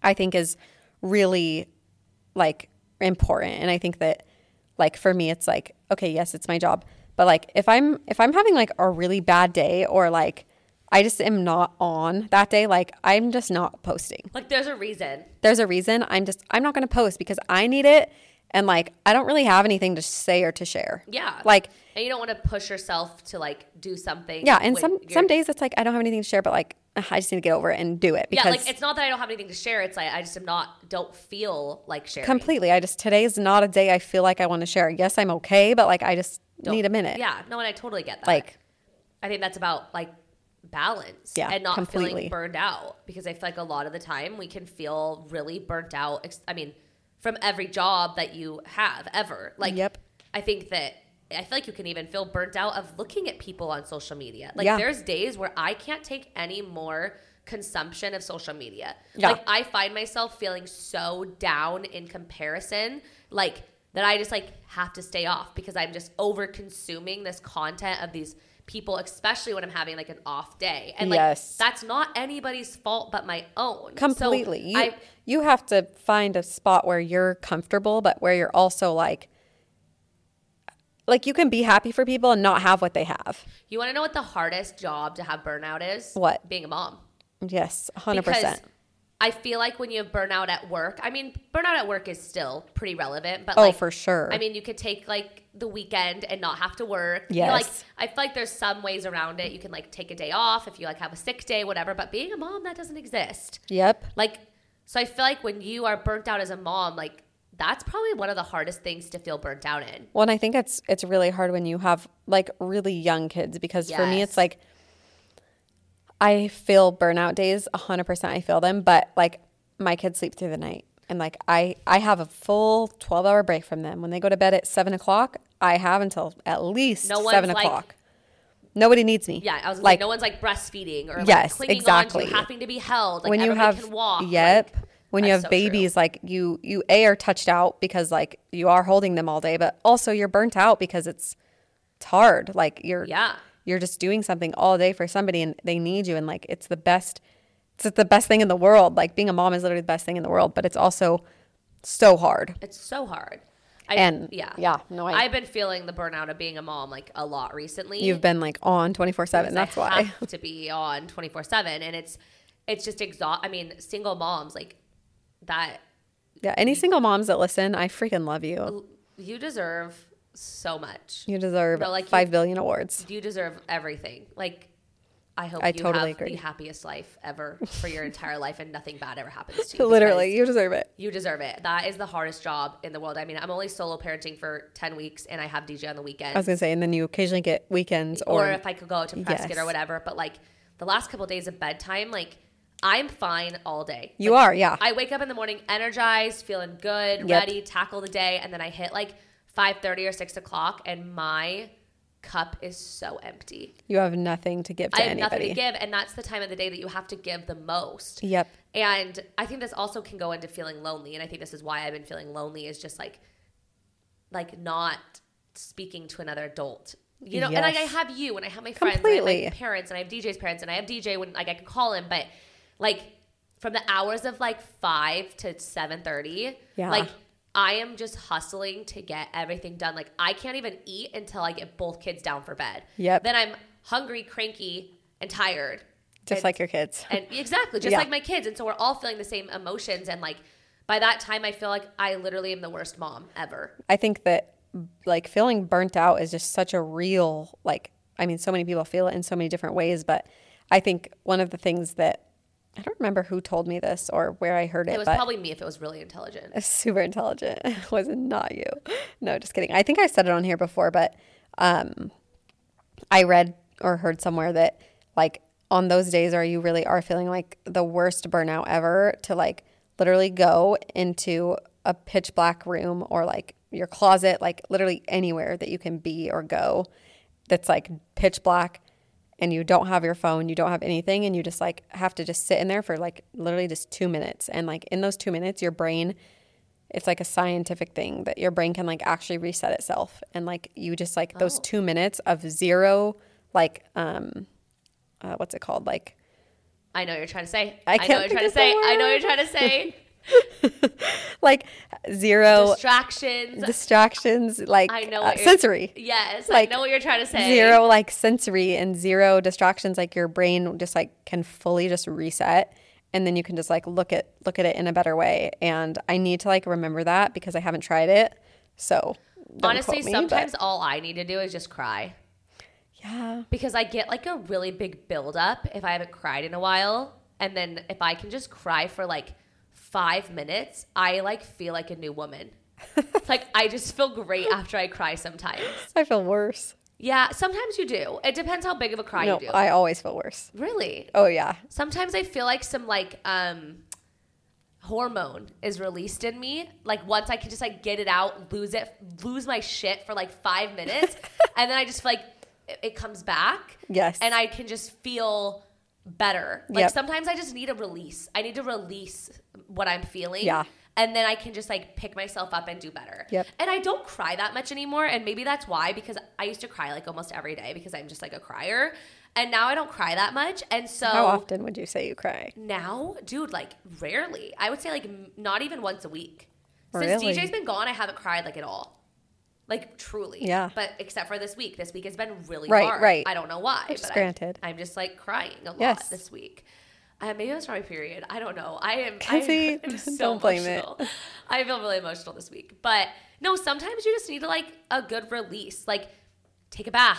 C: I think is really like important and i think that like for me it's like okay yes it's my job but like if i'm if i'm having like a really bad day or like i just am not on that day like i'm just not posting
B: like there's a reason.
C: there's a reason i'm just i'm not going to post because i need it and like i don't really have anything to say or to share
B: Yeah.
C: like
B: and you don't want to push yourself to like do something.
C: yeah and
B: when
C: some
B: you're-
C: some days it's like i don't have anything to share but like ugh, i just need to get over it and do it because
B: Yeah, like it's not that I don't have anything to share. It's like I just am not don't feel like sharing.
C: completely i just today is not a day i feel like i want to share yes i'm okay but like i just
B: Don't-
C: need a minute
B: Yeah. No, and I totally get that.
C: like
B: I think that's about like balance
C: Yeah,
B: and not
C: completely.
B: feeling burned out because I feel like a lot of the time we can feel really burnt out. ex- I mean, from every job that you have ever. Like,
C: Yep.
B: I think that I feel like you can even feel burnt out of looking at people on social media. Like,
C: Yeah.
B: there's days where I can't take any more consumption of social media.
C: Yeah.
B: Like, I find myself feeling so down in comparison, like that I just like have to stay off because I'm just over consuming this content of these people, especially when I'm having like an off day. And like
C: Yes.
B: that's not anybody's fault but my own. So
C: completely you,
B: I,
C: you have to find a spot where you're comfortable but where you're also like like you can be happy for people and not have what they have
B: you want to know what the hardest job to have burnout is?
C: What?
B: Being a mom.
C: yes 100%
B: Because I feel like when you have burnout at work, I mean, burnout at work is still pretty relevant, but
C: Oh,
B: like
C: for sure.
B: I mean, you could take like the weekend and not have to work. You know,
C: Yes.
B: like I feel like there's some ways around it. You can like take a day off if you like have a sick day, whatever. But being a mom, that doesn't exist.
C: yep
B: Like, so I feel like when you are burnt out as a mom, like that's probably one of the hardest things to feel burnt out in.
C: Well, and I think it's it's really hard when you have like really young kids because for me
B: Yes.
C: it's like I feel burnout days 100% I feel them, but like my kids sleep through the night and like I I have a full 12 hour break from them. When they go to bed at seven o'clock, I have until at least
B: No one's
C: seven
B: like-
C: o'clock. Nobody needs me.
B: Yeah, I was like,
C: like
B: no one's like breastfeeding or like
C: Yes,
B: clinging
C: exactly.
B: on to having to be held. Like
C: when you
B: everybody
C: have
B: can walk.
C: yep
B: like,
C: when you
B: that's
C: have
B: so true.
C: babies like you you a are touched out because like you are holding them all day but also you're burnt out because it's it's hard like you're
B: Yeah.
C: you're just doing something all day for somebody and they need you and like it's the best it's the best thing in the world like being a mom is literally the best thing in the world but it's also so hard
B: It's so hard. I,
C: And-
B: yeah,
C: yeah, no, I-
B: have been feeling the burnout of being a mom like a lot recently.
C: you've been like on 24/7
B: because
C: that's
B: I
C: why
B: have to be on twenty four seven, and it's it's just exhaust. I mean, single moms like that.
C: yeah any single moms that listen i freaking love you
B: You deserve so much.
C: you deserve
B: No, like, you-
C: 5 billion awards
B: you deserve everything. Like, I hope
C: I
B: you
C: totally
B: have
C: agree.
B: the happiest life ever for your entire life, and nothing bad ever happens to you.
C: literally
B: because
C: you deserve it
B: you deserve it. That is the hardest job in the world. I mean, I'm only solo parenting for ten weeks, and I have DJ on the weekends.
C: I was gonna say, and then you occasionally get weekends
B: or,
C: or,
B: if I could go out to Prescott
C: Yes.
B: or whatever. But like the last couple of days of bedtime, like I'm fine all day.
C: you
B: Like,
C: are, yeah.
B: I wake up in the morning energized, feeling good,
C: Yep.
B: ready, tackle the day, and then I hit like five thirty or six o'clock, and my cup is so empty.
C: you have nothing to give to
B: I have
C: anybody.
B: nothing to give, and that's the time of the day that you have to give the most.
C: Yep.
B: And I think this also can go into feeling lonely, and I think this is why I've been feeling lonely is just like, like not speaking to another adult. You know, and like I
C: Yes.
B: have you, and I have my friends, and I have
C: Completely.
B: my parents, and I have DJ's parents, and I have DJ when like I can call him, but like from the hours of like five to seven thirty,
C: Yeah.
B: like I am just hustling to get everything done. Like I can't even eat until I get both kids down for bed.
C: Yep.
B: Then I'm hungry, cranky, and tired.
C: Just like your kids.
B: And exactly, just
C: Yeah.
B: like my kids. And so we're all feeling the same emotions. And like by that time, I feel like I literally am the worst mom ever.
C: I think that like feeling burnt out is just such a real like I mean so many people feel it in so many different ways, but I think one of the things that I don't remember who told me this or where I heard it,
B: It was
C: but
B: probably me if it was really intelligent.
C: super intelligent was not you. No, just kidding. I think I said it on here before, but I read or heard somewhere that like on those days are you really are feeling like the worst burnout ever to like literally go into a pitch black room or like your closet, like literally anywhere that you can be or go that's like pitch black and you don't have your phone, you don't have anything and you just like have to just sit in there for like literally just 2 minutes and like in those 2 minutes your brain it's like a scientific thing that your brain can like actually reset itself and like you just like
B: Oh.
C: those two minutes of zero like um uh, what's it called like
B: I know what you're trying to say.
C: I
B: I, know
C: can't
B: what you're
C: think
B: trying to
C: of the
B: say. I know what
C: word.
B: you're trying to say.
C: like zero
B: Distractions.
C: distractions like
B: I know
C: uh,
B: what you're-
C: sensory
B: Yes,
C: Like,
B: I know what you're trying to say.
C: zero like sensory and zero distractions like your brain just like can fully just reset and then you can just like look at look at it in a better way and i need to like remember that because i haven't tried it so don't
B: Honestly,
C: quote me, but-
B: sometimes all I need to do is just cry.
C: yeah
B: because I get like a really big buildup if I haven't cried in a while. And then if I can just cry for like five minutes, I like feel like a new woman. like I just feel great after I cry sometimes.
C: i feel worse
B: Yeah, sometimes you do. It depends how big of a cry
C: no
B: you do.
C: i always feel worse
B: really?
C: Oh yeah.
B: Sometimes I feel like some like um hormone is released in me. Like once I can just like get it out, lose it, lose my shit for like five minutes, and then I just like it, it comes back.
C: Yes.
B: and I can just feel better. Like
C: Yep.
B: sometimes I just need a release. I need to release what I'm feeling.
C: Yeah.
B: And then I can just like pick myself up and do better.
C: Yep.
B: And I don't cry that much anymore. And maybe that's why, because I used to cry like almost every day because I'm just like a crier. And now I don't cry that much. And so
C: How often would you say you cry?
B: now, dude, like rarely. I would say like m- not even once a week. Since
C: Really?
B: DJ's been gone, I haven't cried like at all. Like truly.
C: Yeah.
B: But except for this week. This week has been really
C: Right,
B: hard.
C: right.
B: I don't know why.
C: Which is
B: but
C: granted.
B: I, am just like crying a lot
C: Yes.
B: this week. Uh, maybe that's from my period. I don't know. I am.
C: Kenzie,
B: I am so
C: don't blame it.
B: emotional. I feel really emotional this week. But no, sometimes you just need to like a good release. Like take a bath,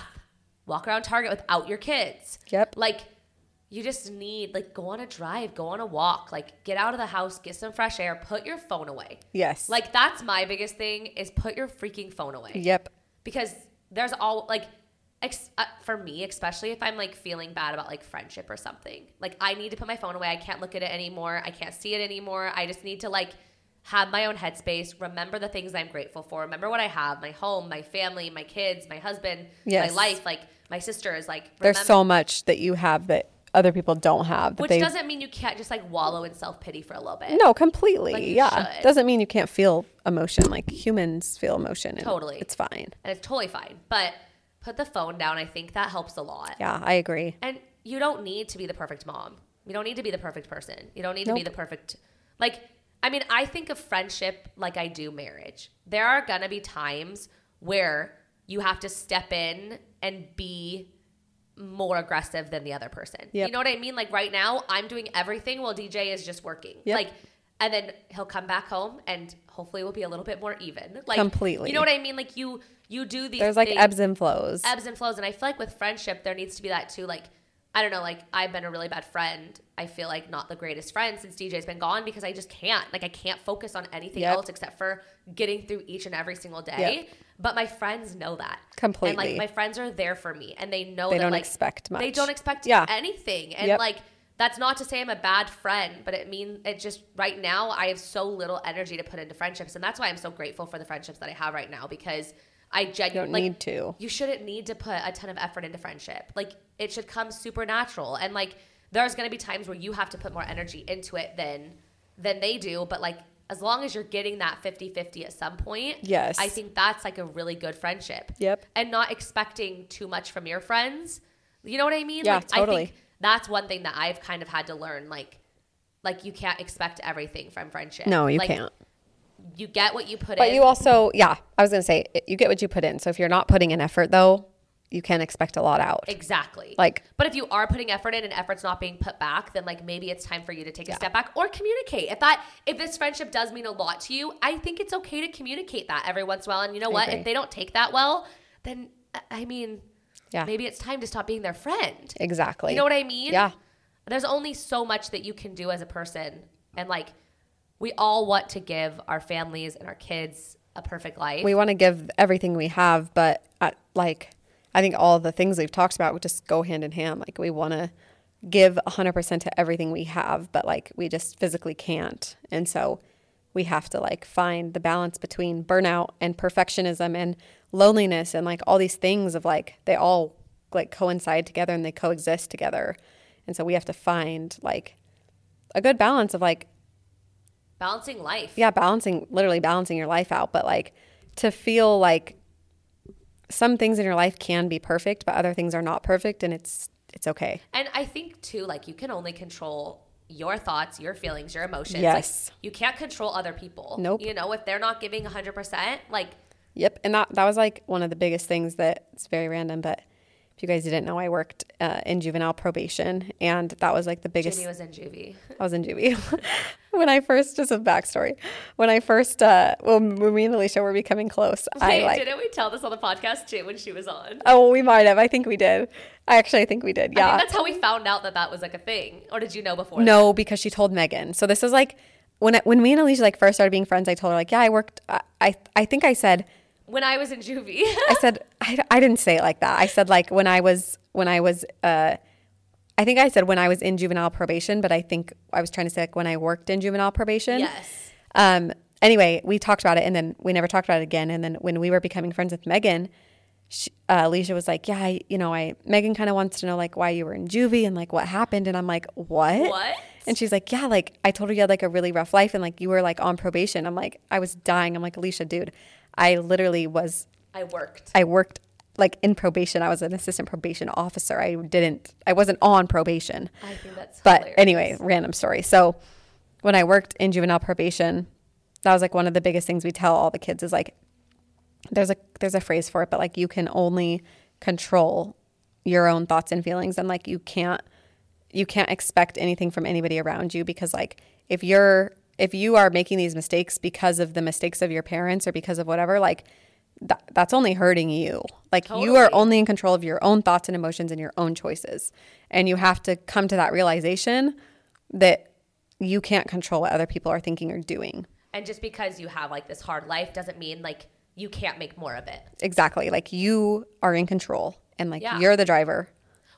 B: walk around Target without your kids.
C: Yep.
B: Like you just need like go on a drive, go on a walk, like get out of the house, get some fresh air, put your phone away.
C: Yes.
B: Like that's my biggest thing is put your freaking phone away.
C: Yep.
B: Because there's all like ex- uh, for me especially if I'm like feeling bad about like friendship or something. Like I need to put my phone away. I can't look at it anymore. I can't see it anymore. I just need to like have my own headspace, remember the things I'm grateful for, remember what I have, my home, my family, my kids, my husband,
C: Yes.
B: my life, like my sister is like
C: There's
B: remember-
C: so much that you have that other people don't have. That
B: which
C: they,
B: doesn't mean you can't just like wallow in self pity for a little bit.
C: No, completely.
B: Like, you
C: yeah.
B: should.
C: Doesn't mean you can't feel emotion. Like humans feel emotion. And
B: Totally.
C: It's fine.
B: And it's totally fine. But put the phone down. I think that helps a lot.
C: Yeah, I agree.
B: And you don't need to be the perfect mom. You don't need to be the perfect person. You don't need to be
C: Nope.
B: the perfect like I mean, I think of friendship like I do marriage. There are going to be times where you have to step in and be more aggressive than the other person.
C: Yep.
B: You know what I mean? Like right now, I'm doing everything while DJ is just working.
C: Yep.
B: Like, and then he'll come back home and hopefully we'll be a little bit more even. Like
C: Completely.
B: You know what I mean? Like you you do these
C: There's like
B: things
C: ebbs and flows.
B: ebbs and flows and i feel like with friendship there needs to be that too like i don't know like i've been a really bad friend i feel like not the greatest friend since dj's been gone because i just can't like i can't focus on anything
C: Yep.
B: else except for getting through each and every single day
C: Yep.
B: but my friends know that
C: Completely.
B: and like my friends are there for me and they know
C: They
B: that,
C: don't
B: like,
C: expect
B: they
C: much.
B: don't expect
C: Yeah.
B: anything and
C: Yep.
B: like that's not to say I'm a bad friend, but it means it just right now I have so little energy to put into friendships, and that's why I'm so grateful for the friendships that I have right now because I genuinely
C: Don't need to.
B: you shouldn't need to put a ton of effort into friendship. Like it should come supernatural. And like there's gonna be times where you have to put more energy into it than than they do. But like as long as you're getting that 50-50 at some point,
C: Yes.
B: I think that's like a really good friendship.
C: Yep.
B: And not expecting too much from your friends. You know what I mean?
C: Yeah,
B: like I
C: totally.
B: think that's one thing that I've kind of had to learn. Like like you can't expect everything from friendship.
C: no, you
B: Like,
C: can't.
B: You get what you put
C: But
B: in.
C: you also, yeah, I was going to say, it- you get what you put in. So if you're not putting in effort, though, you can expect a lot out.
B: Exactly.
C: Like-
B: but if you are putting effort in and effort's not being put back, then like maybe it's time for you to take a step back or communicate. If that, if this friendship does mean a lot to you, I think it's okay to communicate that every once in a while. And you know what?
C: agree.
B: If they don't take that well, then I- I mean,
C: Yeah.
B: maybe it's time to stop being their friend.
C: Exactly.
B: You know what I mean?
C: Yeah.
B: There's only so much that you can do as a person. And like, we all want to give our families and our kids a perfect life.
C: we want to give everything we have, but uh like I think all the things we've talked about would just go hand in hand. Like we want to give 100% to everything we have, but like we just physically can't. And so we have to like find the balance between burnout and perfectionism and loneliness and like all these things of like they all like coincide together and they coexist together. And so we have to find like a good balance of like
B: Balancing life.
C: yeah, balancing literally balancing your life out, but like to feel like some things in your life can be perfect, but other things are not perfect and it's it's okay.
B: And I think too, like you can only control your thoughts, your feelings, your emotions.
C: Yes.
B: Like, you can't control other people.
C: Nope.
B: You know, if they're not giving 100%, like
C: Yep. And that that was like one of the biggest things that it's very random, but if you guys didn't know, I worked uh, in juvenile probation and that was like the biggest
B: Jimmy was in juvie.
C: I was in juvie. when I first, just a backstory. When I first, uh, well, when me and Alicia were becoming close, I
B: Wait,
C: like.
B: didn't we tell this on the podcast too when she was on?
C: Oh, we might have. I think we did. I actually, I think we did. Yeah.
B: I think that's how we found out that that was like a thing. Or did you know before? that?
C: No, because she told Megan. So this is like when I, when me and Alicia like first started being friends. I told her like, yeah, I worked. I I, I think I said
B: When I was in juvie.
C: I said I, I didn't say it like that. I said like when I was when I was uh I think I said when I was in juvenile probation, but I think I was trying to say like when I worked in juvenile probation.
B: Yes.
C: Um, anyway, we talked about it and then we never talked about it again. And then when we were becoming friends with Megan, she, uh, Alicia was like, yeah, I, you know, I, Megan kind of wants to know like why you were in juvie and like what happened. And I'm like, what?
B: What?
C: And she's like, yeah, like I told her you had like a really rough life and like you were like on probation. I'm like, I was dying. I'm like, Alicia, dude, I literally was
B: I worked.
C: I worked like in probation. I was an assistant probation officer. I didn't I wasn't on probation.
B: I think that's
C: But
B: hilarious.
C: anyway, random story. So when I worked in juvenile probation, that was like one of the biggest things we tell all the kids is like there's a there's a phrase for it, but like you can only control your own thoughts and feelings and like you can't you can't expect anything from anybody around you because like if you're if you are making these mistakes because of the mistakes of your parents or because of whatever like that, that's only hurting you like you are only in control of your own thoughts and emotions and your own choices and you have to come to that realization that you can't control what other people are thinking or doing
B: and just because you have like this hard life doesn't mean like you can't make more of it.
C: exactly like you are in control and like
B: Yeah.
C: you're the driver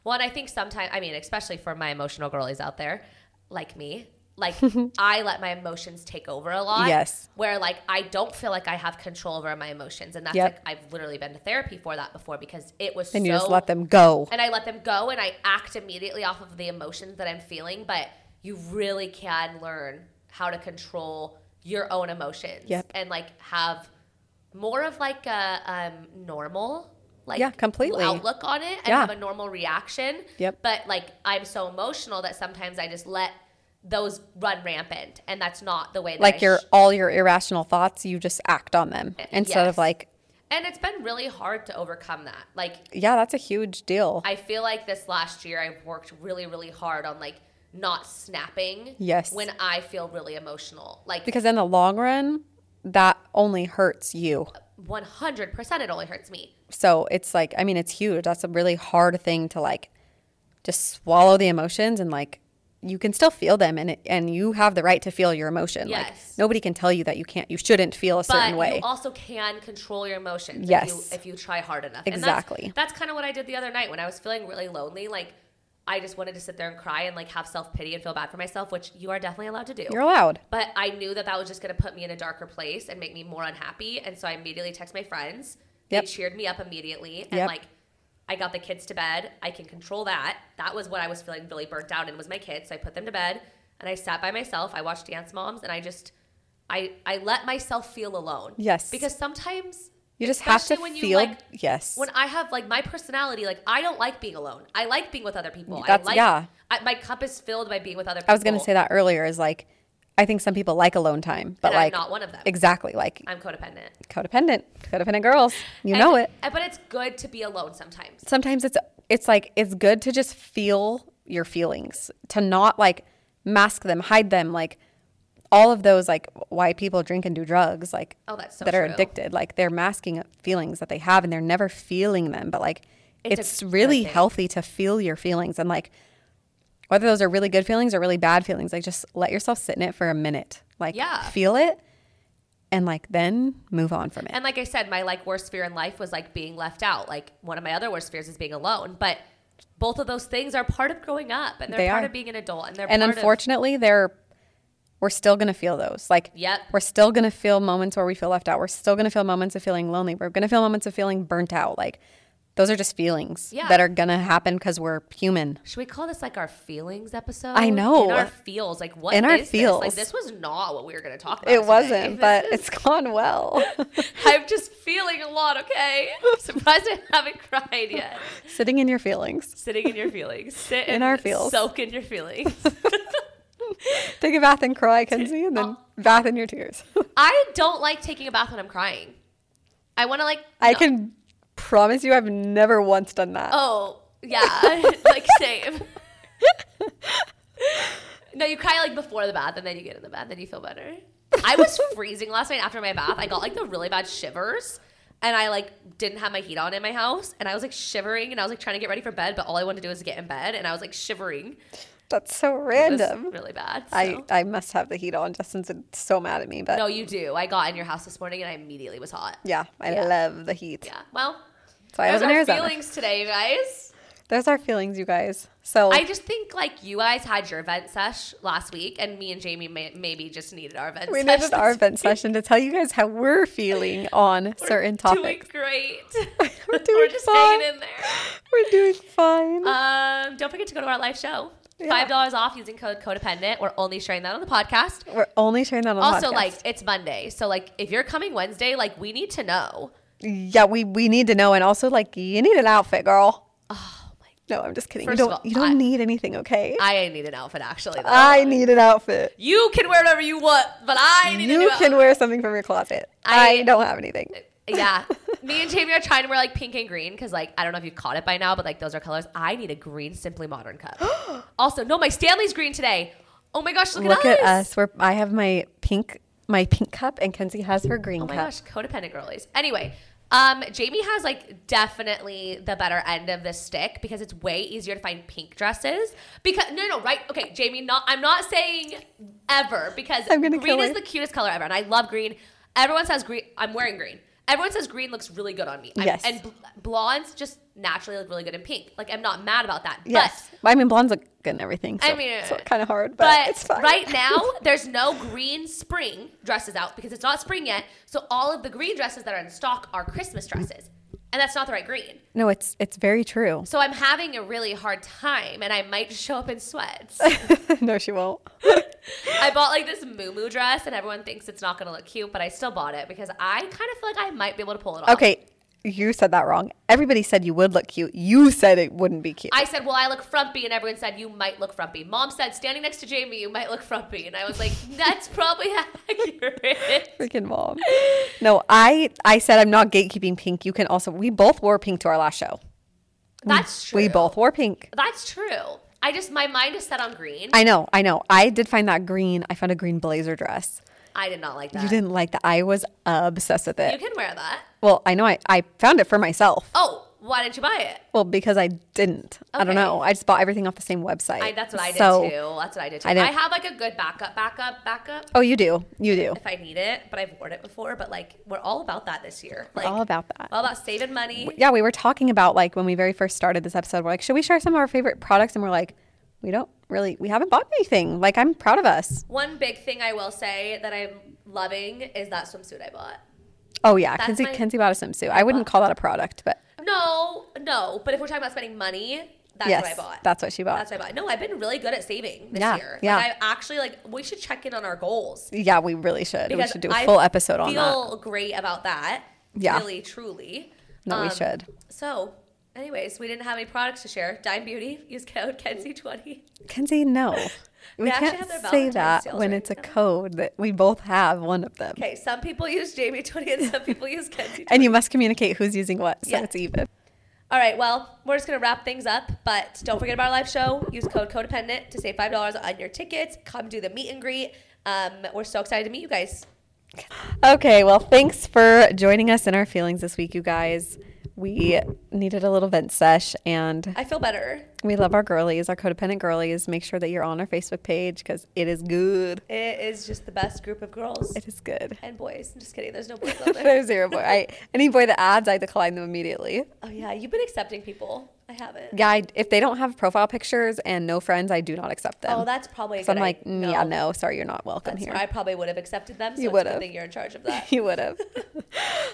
B: Well, and I think sometimes, I mean, especially for my emotional girlies out there, like me, like I let my emotions take over a lot.
C: Yes.
B: Where like I don't feel like I have control over my emotions, and that's
C: Yep.
B: like I've literally been to therapy for that before because it was
C: and
B: so.
C: you just let them go
B: and I let them go, and I act immediately off of the emotions that I'm feeling. But you really can learn how to control your own emotions.
C: Yep.
B: And like have more of like a um, normal like
C: Yeah, completely.
B: outlook on it and
C: Yeah.
B: have a normal reaction.
C: Yep.
B: But like I'm so emotional that sometimes I just let those run rampant, and that's not the way. That I
C: like your
B: sh-
C: all your irrational thoughts you just act on them instead
B: yes.
C: of like
B: and it's been really hard to overcome that. Like
C: yeah that's a huge deal
B: I feel like this last year I've worked really, really hard on like not snapping.
C: Yes.
B: When I feel really emotional, like
C: because in the long run that only hurts you
B: 100%, it only hurts me.
C: so it's like i mean it's huge that's a really hard thing to like just swallow the emotions and like you can still feel them and it, and you have the right to feel your emotion like
B: Yes.
C: nobody can tell you that you can't you shouldn't feel a certain
B: but
C: way
B: you also can control your emotions
C: Yes.
B: if, you, if you try hard enough And
C: Exactly.
B: that's, that's kind of what i did the other night when i was feeling really lonely like i just wanted to sit there and cry and like have self-pity and feel bad for myself which you are definitely allowed to do
C: you're allowed
B: but i knew that that was just going to put me in a darker place and make me more unhappy and so i immediately text my friends
C: Yep.
B: they cheered me up immediately and
C: Yep.
B: like i got the kids to bed i can control that that was what i was feeling really burnt out in was my kids so i put them to bed and i sat by myself i watched dance moms and i just I, I let myself feel alone.
C: Yes.
B: Because sometimes
C: you just have to
B: especially when you,
C: feel
B: like-
C: yes
B: when I have like my personality, like I don't like being alone. I like being with other people. I
C: That's-
B: like,
C: yeah.
B: I, my cup is filled by being with other people.
C: i was going to say that earlier is like i think some people like alone time but
B: And I'm
C: like
B: not one of them.
C: exactly like
B: I'm codependent.
C: codependent codependent girls you know
B: And-
C: it
B: and- But it's good to be alone sometimes.
C: sometimes it's it's like it's good to just feel your feelings to not like mask them hide them like all of those like why people drink and do drugs like
B: Oh, that's so
C: that are
B: true.
C: addicted like they're masking feelings that they have and they're never feeling them but like
B: It's a
C: it's
B: good
C: really
B: thing.
C: healthy to feel your feelings and like whether those are really good feelings or really bad feelings like just let yourself sit in it for a minute like
B: Yeah.
C: feel it and like then move on from it
B: And like I said, my like worst fear in life was like being left out. Like one of my other worst fears is being alone. But both of those things are part of growing up, and they're
C: They
B: part
C: are.
B: of being an adult, and they're
C: and
B: part of,
C: unfortunately they're we're still gonna feel those like
B: Yep.
C: we're still gonna feel moments where we feel left out we're still gonna feel moments of feeling lonely we're gonna feel moments of feeling burnt out like those are just feelings
B: Yeah.
C: that are gonna happen because we're human
B: Should we call this like our feelings episode?
C: I know.
B: In our feels, like what
C: In our
B: is this? Like
C: feels.
B: this was not what we were going to talk about.
C: it
B: today.
C: wasn't
B: This
C: but
B: is-
C: it's gone well
B: I'm just feeling a lot. Okay, surprised I haven't cried yet.
C: sitting in your feelings
B: Sitting in your feelings, sit
C: In
B: and
C: our feels.
B: soak in your feelings.
C: take a bath and cry kenzie and then
B: Oh.
C: bath in your tears
B: I don't like taking a bath when I'm crying. I want to like.
C: i can promise you i've never once done that
B: Oh yeah, like same. no, you cry like before the bath, and then you get in the bath, and you feel better. I was freezing last night after my bath. I got like the really bad shivers, and I like didn't have my heat on in my house, and I was like shivering, and I was like trying to get ready for bed, but all I wanted to do was get in bed, and I was like shivering.
C: that's so
B: It was
C: random
B: really bad.
C: I,
B: so.
C: I must have the heat on justin's so mad at me but
B: no, you do. I got in your house this morning, and I immediately was hot.
C: yeah i
B: Yeah.
C: love the heat
B: Yeah. Well,
C: so i
B: those
C: live in
B: are
C: arizona
B: feelings today, you guys.
C: There's our feelings, you guys. So
B: I just think like you guys had your vent sesh last week, and me and Jamie may- maybe just needed our vent.
C: we
B: sesh
C: needed our
B: this
C: vent session to tell you guys how we're feeling on certain topics.
B: Doing great.
C: We're doing
B: just
C: fine.
B: hanging in there.
C: We're doing fine.
B: Um, don't forget to go to our live show. Five dollars off using code codependent. We're only sharing that on the podcast.
C: we're only sharing that on the
B: Also,
C: podcast.
B: like it's Monday, so like if you're coming Wednesday, like we need to know.
C: yeah, we we need to know, and also like you need an outfit, girl. Oh my. No, I'm just kidding. You
B: First of
C: don't.
B: all,
C: you don't
B: I-
C: need anything, okay?
B: I need an outfit actually. Though.
C: I need an outfit.
B: you can wear whatever you want, but I need a new
C: You
B: outfit.
C: can wear something from your closet. I,
B: I-
C: don't have anything.
B: Yeah. Me and Jamie are trying to wear like pink and green because like I don't know if you caught it by now, but like those are colors. I need a green Simply Modern cup. also, no, my Stanley's green today. Oh my gosh, look,
C: Look
B: at us.
C: at us. We're, I have my pink my pink cup, and Kenzie has her green
B: Oh my
C: cup.
B: gosh, codependent girlies. Anyway, um, Jamie has like definitely the better end of the stick because it's way easier to find pink dresses. Because no, no, right? Okay, Jamie. Not I'm not saying ever because
C: I'm gonna
B: green
C: kill
B: is
C: her.
B: the cutest color ever, and I love green. Everyone says green. I'm wearing green. Everyone says green looks really good on me. I'm-
C: Yes.
B: and bl- blondes just naturally look really good in pink. Like I'm not mad about that.
C: Yes,
B: But
C: I mean blondes look good and everything. So,
B: I mean,
C: so kind of hard, but,
B: but
C: it's fine.
B: right now, there's no green spring dresses out because it's not spring yet. So all of the green dresses that are in stock are Christmas dresses, and that's not the right green.
C: no, it's it's very true.
B: So I'm having a really hard time, and I might just show up in sweats.
C: no, she won't.
B: I bought like this moo dress, and everyone thinks it's not gonna look cute, but I still bought it because I kind of feel like I might be able to pull it off.
C: Okay, you said that wrong. Everybody said you would look cute. You said it wouldn't be cute.
B: I said, "Well, I look frumpy," and everyone said, "You might look frumpy." Mom said, "Standing next to Jamie, you might look frumpy," and I was like, "That's probably accurate."
C: Freaking mom. No, I I said I'm not gatekeeping pink. You can also. We both wore pink to our last show.
B: That's true.
C: We both wore pink.
B: That's true. I just my mind is set on green. I,
C: I know, I know. I did find that green. I found a green blazer dress.
B: did not like that.
C: You didn't like that. I was obsessed with
B: You
C: it.
B: can wear that.
C: Well, I know I, I found it for myself.
B: Oh, why didn't you buy it?
C: Well, because I didn't. I don't
B: Okay.
C: know. I just bought everything off the same website.
B: I, that's what I did
C: So-
B: too. That's what I did too.
C: I
B: I,
C: didn't-
B: have like a good backup, backup, backup
C: Oh, you do. You do.
B: if I need it. But I've worn it before. But like we're all about that this year. Like,
C: all about that.
B: All about saving money.
C: Yeah, we were talking about like when we very first started this episode, we're like, should we share some of our favorite products? And we're like, we don't really, we haven't bought anything. Like, I'm proud of us.
B: One big thing I will say that I'm loving is that swimsuit I bought.
C: Oh, yeah.
B: That's
C: Kenzie,
B: my-
C: Kenzie bought a swimsuit. I wouldn't call that a product, but
B: No, no. But if we're talking about spending money, that's
C: yes,
B: what I bought.
C: that's what she bought.
B: That's what I bought. No, I've been really good at saving this
C: Yeah,
B: year.
C: yeah.
B: Like I actually like we should check in on our goals.
C: yeah, we really should. We
B: Because
C: should do a
B: I
C: full episode on that.
B: Feel great about that.
C: Yeah.
B: Really, truly.
C: No,
B: um,
C: we should.
B: So, anyways, we didn't have any products to share. Dime Beauty, use code Kenzie20.
C: Kenzie, no. We
B: actually
C: can't
B: have their
C: say
B: Valentine's
C: that
B: sales
C: when
B: right
C: it's a
B: now.
C: code that we both have one of them.
B: Okay, some people use Jamie20 and some people use Kenzie20.
C: And you must communicate who's using what so
B: Yeah.
C: it's even.
B: All right, well, we're just going to wrap things up, but don't forget about our live show. Use code Codependent to save $5 on your tickets. Come do the meet and greet. Um, we're so excited to meet you guys.
C: Okay, well, thanks for joining us in our feelings this week, you guys. We needed a little vent sesh and
B: I feel better.
C: we love our girlies, our codependent girlies. Make sure that you're on our Facebook page because it is good.
B: It is just the best group of girls
C: It is good.
B: and boys. I'm just kidding. There's no boys out there.
C: There's zero boy. I, any boy that adds, I decline them immediately.
B: Oh, yeah. You've been accepting people. I haven't.
C: Yeah, I, if they don't have profile pictures and no friends, I do not accept them.
B: Oh, that's probably. a
C: So I'm
B: good
C: like,
B: idea.
C: "Mm, yeah, no, sorry, you're not welcome
B: That's
C: here.
B: where I probably would have accepted them. So
C: You
B: you
C: would
B: would
C: have.
B: Think you're in charge of that.
C: you would have.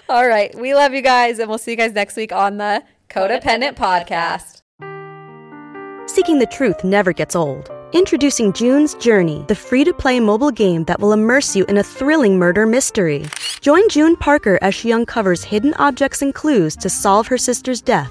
C: All right. We love you guys, and we'll see you guys next week on the
B: Codependent
C: Codependent, Podcast.
B: Podcast.
D: Seeking the truth never gets old. Introducing June's Journey, the free to play mobile game that will immerse you in a thrilling murder mystery. Join June Parker as she uncovers hidden objects and clues to solve her sister's death